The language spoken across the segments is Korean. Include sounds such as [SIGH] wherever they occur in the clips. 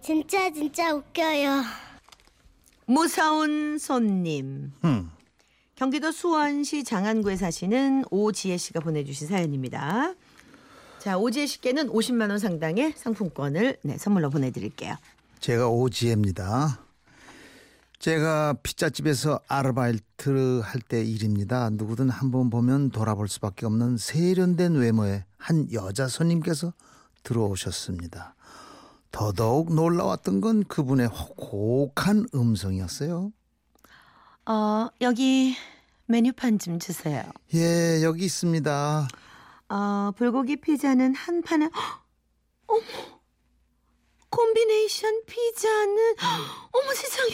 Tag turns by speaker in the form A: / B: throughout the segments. A: 진짜 진짜 웃겨요.
B: 무서운 손님.
C: 음.
B: 경기도 수원시 장안구에 사시는 오지혜 씨가 보내주신 사연입니다. 자, 오지혜 씨께는 50만 원 상당의 상품권을 네, 선물로 보내드릴게요.
C: 제가 오지혜입니다. 제가 피자집에서 아르바이트를 할 때 일입니다. 누구든 한번 보면 돌아볼 수밖에 없는 세련된 외모의 한 여자 손님께서 들어오셨습니다. 더더욱 놀라웠던 건 그분의 혹독한 음성이었어요.
B: 어, 여기 메뉴판 좀 주세요.
C: 예, 여기 있습니다.
B: 어, 불고기 피자는 한 판에 [GASPS] 헉! 어머 콤비네이션 피자는 [GASPS] 헉! 어머 세상에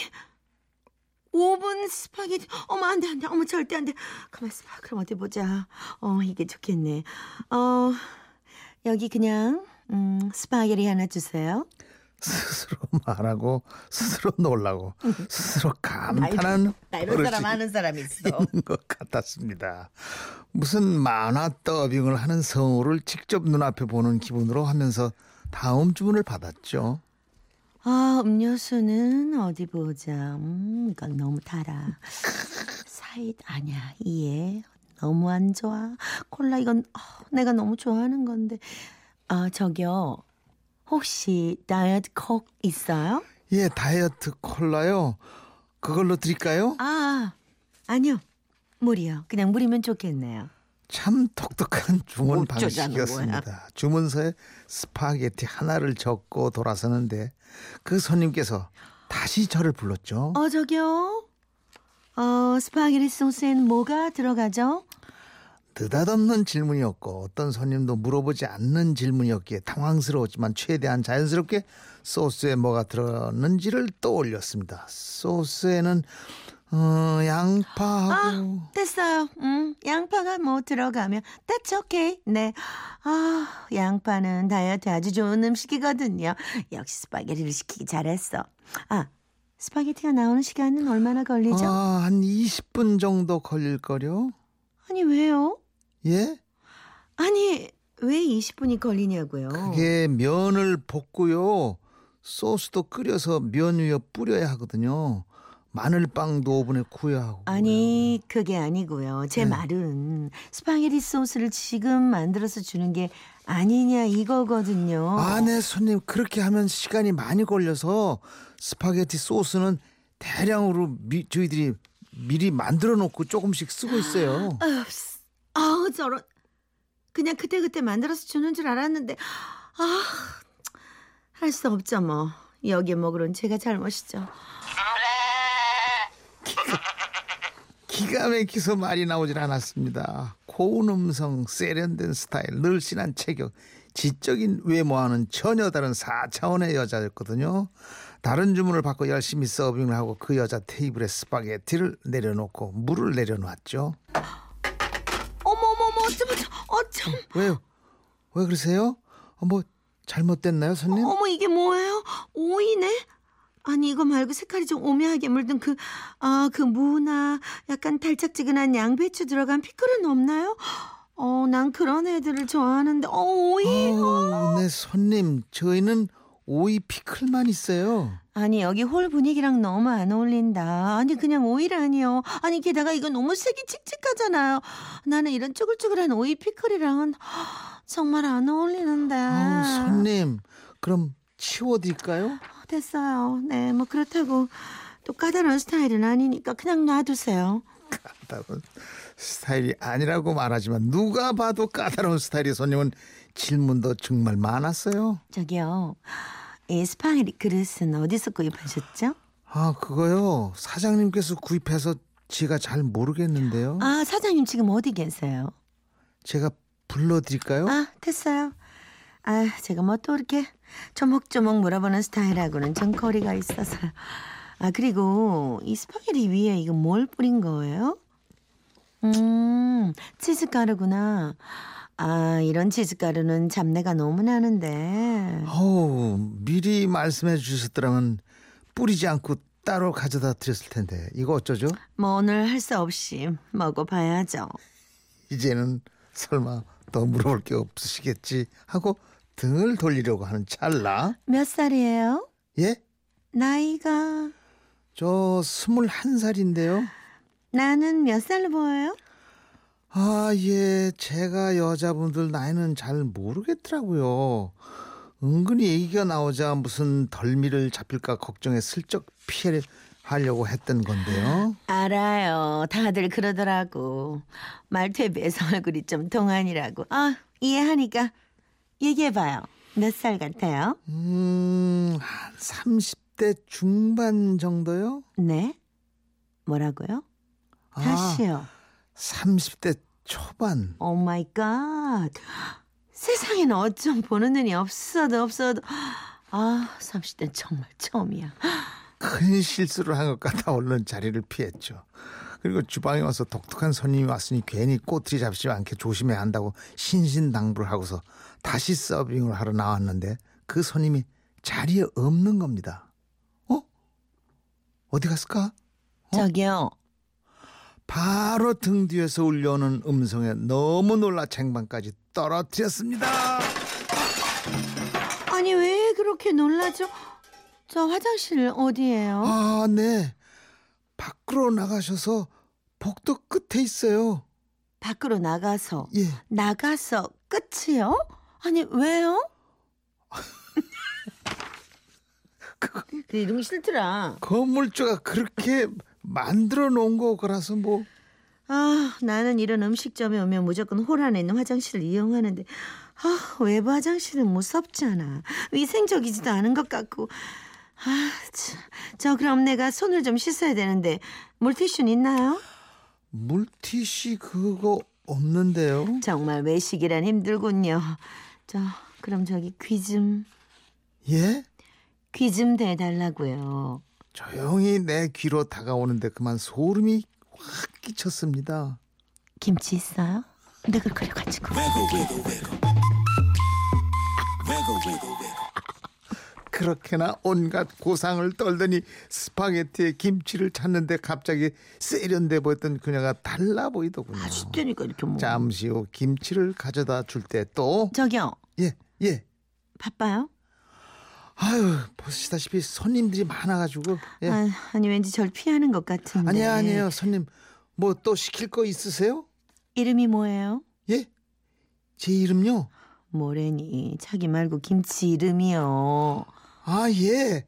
B: 오븐 스파게티 어머 안돼 안돼 어머 절대 안돼 가만 있어봐 그럼 어디 보자 어 이게 좋겠네 어 여기 그냥 음 스파게티 하나 주세요
C: 스스로 말하고 스스로 놀라고 스스로
B: 아,
C: 감탄하는
B: 나이런
C: 버릇이
B: 사람 아는 사람 있어
C: 있는 것 같았습니다. 무슨 만화 더빙을 하는 성우를 직접 눈앞에 보는 기분으로 하면서 다음 주문을 받았죠.
B: 아, 음료수는 어디 보자. 음, 이건 너무 달아. 사이드 아니야. 이해. 너무 안 좋아. 콜라 이건 어, 내가 너무 좋아하는 건데. 아, 저기요. 혹시 다이어트 콕 있어요?
C: 예, 다이어트 콜라요. 그걸로 드릴까요?
B: 아, 아니요. 물이요. 그냥 물이면 좋겠네요.
C: 참 독특한 주문
B: 어쩌자는
C: 방식이었습니다. 주문서에 스파게티 하나를 적고 돌아서는데 그 손님께서 다시 저를 불렀죠.
B: 어, 저기요. 어, 스파게티 소스엔 뭐가 들어가죠?
C: 느닷없는 질문이었고 어떤 손님도 물어보지 않는 질문이었기에 당황스러웠지만 최대한 자연스럽게 소스에 뭐가 들었는지를 떠올렸습니다. 소스에는 어, 양파하고
B: 아, 됐어요. 음, 양파가 뭐 들어가면 that's okay. 네. 아, 양파는 다이어트 아주 좋은 음식이거든요. 역시 스파게티를 시키기 잘했어. 아, 스파게티가 나오는 시간은 얼마나 걸리죠?
C: 아, 한 20분 정도 걸릴걸요?
B: 아니, 왜요?
C: 예?
B: 아니, 왜 20분이 걸리냐고요?
C: 그게
B: 어.
C: 면을 볶고요. 소스도 끓여서 면 위에 뿌려야 하거든요. 마늘빵도 오븐에 구워야 하고
B: 아니, 그게 아니고요. 제
C: 네.
B: 말은 스파게티 소스를 지금 만들어서 주는 게 아니냐 이거거든요.
C: 아, 네, 손님. 그렇게 하면 시간이 많이 걸려서 스파게티 소스는 대량으로 미, 저희들이 미리 만들어 놓고 조금씩 쓰고 있어요.
B: 아유, 쓰- 아우 저런 그냥 그때 그때 만들어서 주는 줄 알았는데 아 할 수 없죠 뭐 여기에 먹으론 제가 잘못이죠
C: 기가 막히서 말이 나오질 않았습니다. 고운 음성, 세련된 스타일, 늘씬한 체격, 지적인 외모와는 전혀 다른 4차원의 여자였거든요. 다른 주문을 받고 열심히 서빙을 하고 그 여자 테이블에 스파게티를 내려놓고 물을 내려놨죠.
B: 어머 어머 어머 어쩜 어쩜 어쩜
C: 왜요? 왜 그러세요? 어, 뭐 잘못됐나요, 손님?
B: 어머 이게 뭐예요 오이네 아니 이거 말고 색깔이 좀 오묘하게 물든 그 아, 그 무나 약간 달짝지근한 양배추 들어간 피클은 없나요 어 난 그런 애들을 좋아하는데 어 오이
C: 어우, 네 손님 저희는 오이 피클만 있어요.
B: 아니 여기 홀 분위기랑 너무 안 어울린다. 아니 그냥 오이라니요. 아니 게다가 이거 너무 색이 칙칙하잖아요. 나는 이런 쭈글쭈글한 오이 피클이랑은 정말 안 어울리는데.
C: 아우, 손님 그럼 치워드릴까요?
B: 됐어요. 네, 뭐 그렇다고 또 까다로운 스타일은 아니니까 그냥 놔두세요.
C: 까다로운 스타일이 아니라고 말하지만 누가 봐도 까다로운 스타일의 손님은 질문도 정말 많았어요.
B: 저기요. 이 스파게티 그릇은 어디서 구입하셨죠?
C: 아 그거요 사장님께서 구입해서 제가 잘 모르겠는데요.
B: 아 사장님 지금 어디 계세요?
C: 제가 불러드릴까요?
B: 아 됐어요. 아 제가 뭐 또 이렇게 조목조목 물어보는 스타일하고는 좀 거리가 있어서. 아 그리고 이 스파게티 위에 이거 뭘 뿌린 거예요? 음 치즈 가루구나. 아 이런 치즈 가루는 잡내가 너무 나는데.
C: 어우 미리 말씀해 주셨더라면 뿌리지 않고 따로 가져다 드렸을 텐데 이거 어쩌죠?
B: 뭐 오늘 할 수 없이 먹어봐야죠.
C: 이제는 설마 더 물어볼 게 없으시겠지 하고 등을 돌리려고 하는 찰나
B: 몇 살이에요?
C: 예?
B: 나이가
C: 저 21살인데요.
B: 나는 몇 살로 보여요?
C: 아, 예. 제가 여자분들 나이는 잘 모르겠더라고요. 은근히 얘기가 나오자 무슨 덜미를 잡힐까 걱정에 슬쩍 피하려고 했던 건데요.
B: 알아요. 다들 그러더라고. 말투에 비해서 [LAUGHS] 얼굴이 좀 동안이라고. 아, 이해하니까 얘기해봐요. 몇 살 같아요?
C: 음, 한 30대 중반 정도요?
B: 네? 뭐라고요?
C: 아,
B: 다시요.
C: 30대 초반.
B: 오 마이 갓. 세상에는 어쩜 보는 눈이 없어도 없어도 아, 30대 정말 처음이야.
C: 큰 실수를 한 것 같아 얼른 자리를 피했죠. 그리고 주방에 와서 독특한 손님이 왔으니 괜히 꼬투리 잡지 않게 조심해야 한다고 신신당부를 하고서 다시 서빙을 하러 나왔는데 그 손님이 자리에 없는 겁니다. 어? 어디 갔을까?
B: 저기요.
C: 바로 등 뒤에서 울려오는 음성에 너무 놀라 쟁반까지 떨어뜨렸습니다.
B: 아니 왜 그렇게 놀라죠? 저 화장실 어디예요?
C: 아, 네. 밖으로 나가셔서 복도 끝에 있어요.
B: 밖으로 나가서
C: 예.
B: 나가서 끝이요? 아니 왜요? 그 이런 거 싫더라.
C: 건물주가 그렇게 만들어 놓은 거라서 뭐
B: 아 나는 이런 음식점에 오면 무조건 홀 안에 있는 화장실을 이용하는데 아 외부 화장실은 무섭잖아. 위생적이지도 않은 것 같고. 아, 아저 그럼 내가 손을 좀 씻어야 되는데 물티슈는 있나요?
C: 물티슈 그거 없는데요.
B: 정말 외식이란 힘들군요. 저 그럼 저기 귀 좀 귀 좀
C: 예?
B: 대달라고요.
C: 조용히 내 귀로 다가오는데 그만 소름이 확 끼쳤습니다.
B: 김치 있어요? 느글거려가지고.
C: 그렇게나 온갖 고상을 떨더니 스파게티에 김치를 찾는데 갑자기 세련돼 보였던 그녀가 달라 보이더군요.
B: 쉽다니까 이렇게 뭐.
C: 잠시 후 김치를 가져다 줄 때 또
B: 저기요.
C: 예, 예.
B: 바빠요?
C: 아유, 보시다시피 손님들이 많아 가지고. 예.
B: 아, 아니 왠지 절 피하는 것 같은데.
C: 아니요, 아니에요, 손님. 뭐 또 시킬 거 있으세요?
B: 이름이 뭐예요?
C: 예? 제 이름요?
B: 뭐래니 자기 말고 김치 이름이요.
C: 아, 예.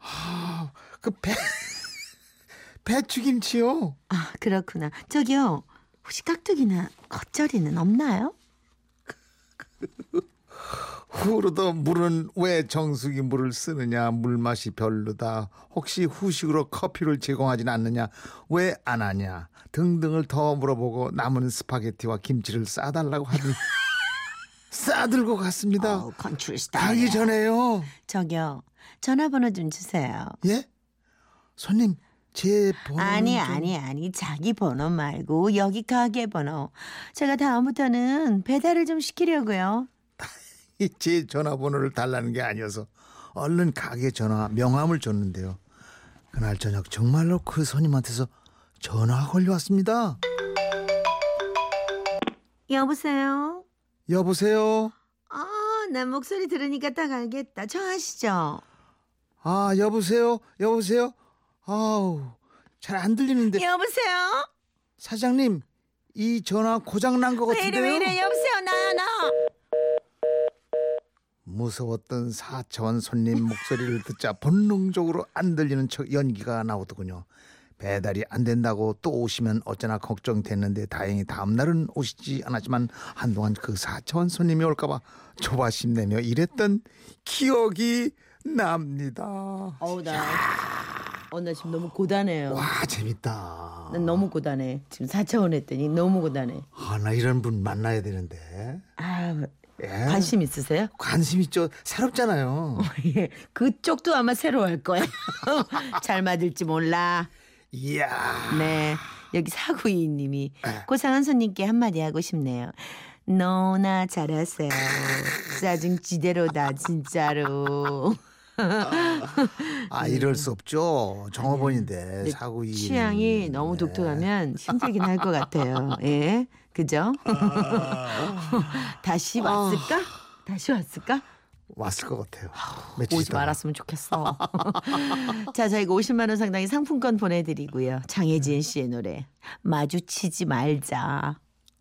C: 아, 그 배, [LAUGHS] 배추김치요.
B: 아 그렇구나. 저기요. 혹시 깍두기나 겉절이는 없나요?
C: 후로도 물은 왜 정수기 물을 쓰느냐, 물맛이 별로다. 혹시 후식으로 커피를 제공하진 않느냐, 왜 안 하냐 등등을 더 물어보고 남은 스파게티와 김치를 싸달라고 [LAUGHS] 하더니 싸들고 갔습니다.
B: 어우, 컨트롤
C: 가기 전에요.
B: 저기요. 전화번호 좀 주세요.
C: 예? 손님 제 번호
B: 아니 아니 아니 자기 번호 말고 여기 가게 번호. 제가 다음부터는 배달을 좀 시키려고요.
C: [LAUGHS] 제 전화번호를 달라는 게 아니어서 얼른 가게 전화 명함을 줬는데요. 그날 저녁 정말로 그 손님한테서 전화가 걸려왔습니다.
B: 여보세요.
C: 여보세요.
B: 아, 나 목소리 들으니까 딱 알겠다. 저 아시죠?
C: 아 여보세요. 여보세요. 아우 잘 안 들리는데
B: 여보세요?
C: 사장님 이 전화 고장 난 것
B: 왜 이래
C: 같은데요.
B: 왜 이래 여보세요 나야 나.
C: 무서웠던 사차원 손님 목소리를 듣자 본능적으로 안 들리는 척 연기가 나오더군요. 배달이 안 된다고 또 오시면 어쩌나 걱정됐는데 다행히 다음날은 오시지 않았지만 한동안 그 사차원 손님이 올까봐 조바심 내며 일했던 기억이 납니다. 와
B: 어우 나. 어나 지금 너무 고단해요.
C: 재밌다.
B: 난 네, 너무 고단해. 지금 4차원 했더니 너무 고단해.
C: 아나 이런 분 만나야 되는데.
B: 아
C: 예.
B: 관심 있으세요? [LAUGHS]
C: 관심 있죠. 새롭잖아요.
B: 예. 그쪽도 아마 새로 할 거야. [LAUGHS] 잘 맞을지 몰라.
C: 이야.
B: 네. 여기 사구이님이
C: 네.
B: 고상한 손님께 한마디 하고 싶네요. 너나 잘하세요. 짜증 지대로다 진짜로.
C: 아 이럴 수 없죠. 정업원인데
B: 근데
C: 사고이
B: 음. 네.
C: 음.
B: 취향이 너무 독특하면 힘들긴 할 것 같아요. 예, [LAUGHS] 그죠? 다시 왔을까? 다시 왔을까?
C: 왔을 것 같아요.
B: 오지
C: 동안.
B: 말았으면 좋겠어. 자, 저희가 50만 원 상당의 상품권 보내드리고요. 장혜진 씨의 노래 마주치지 말자.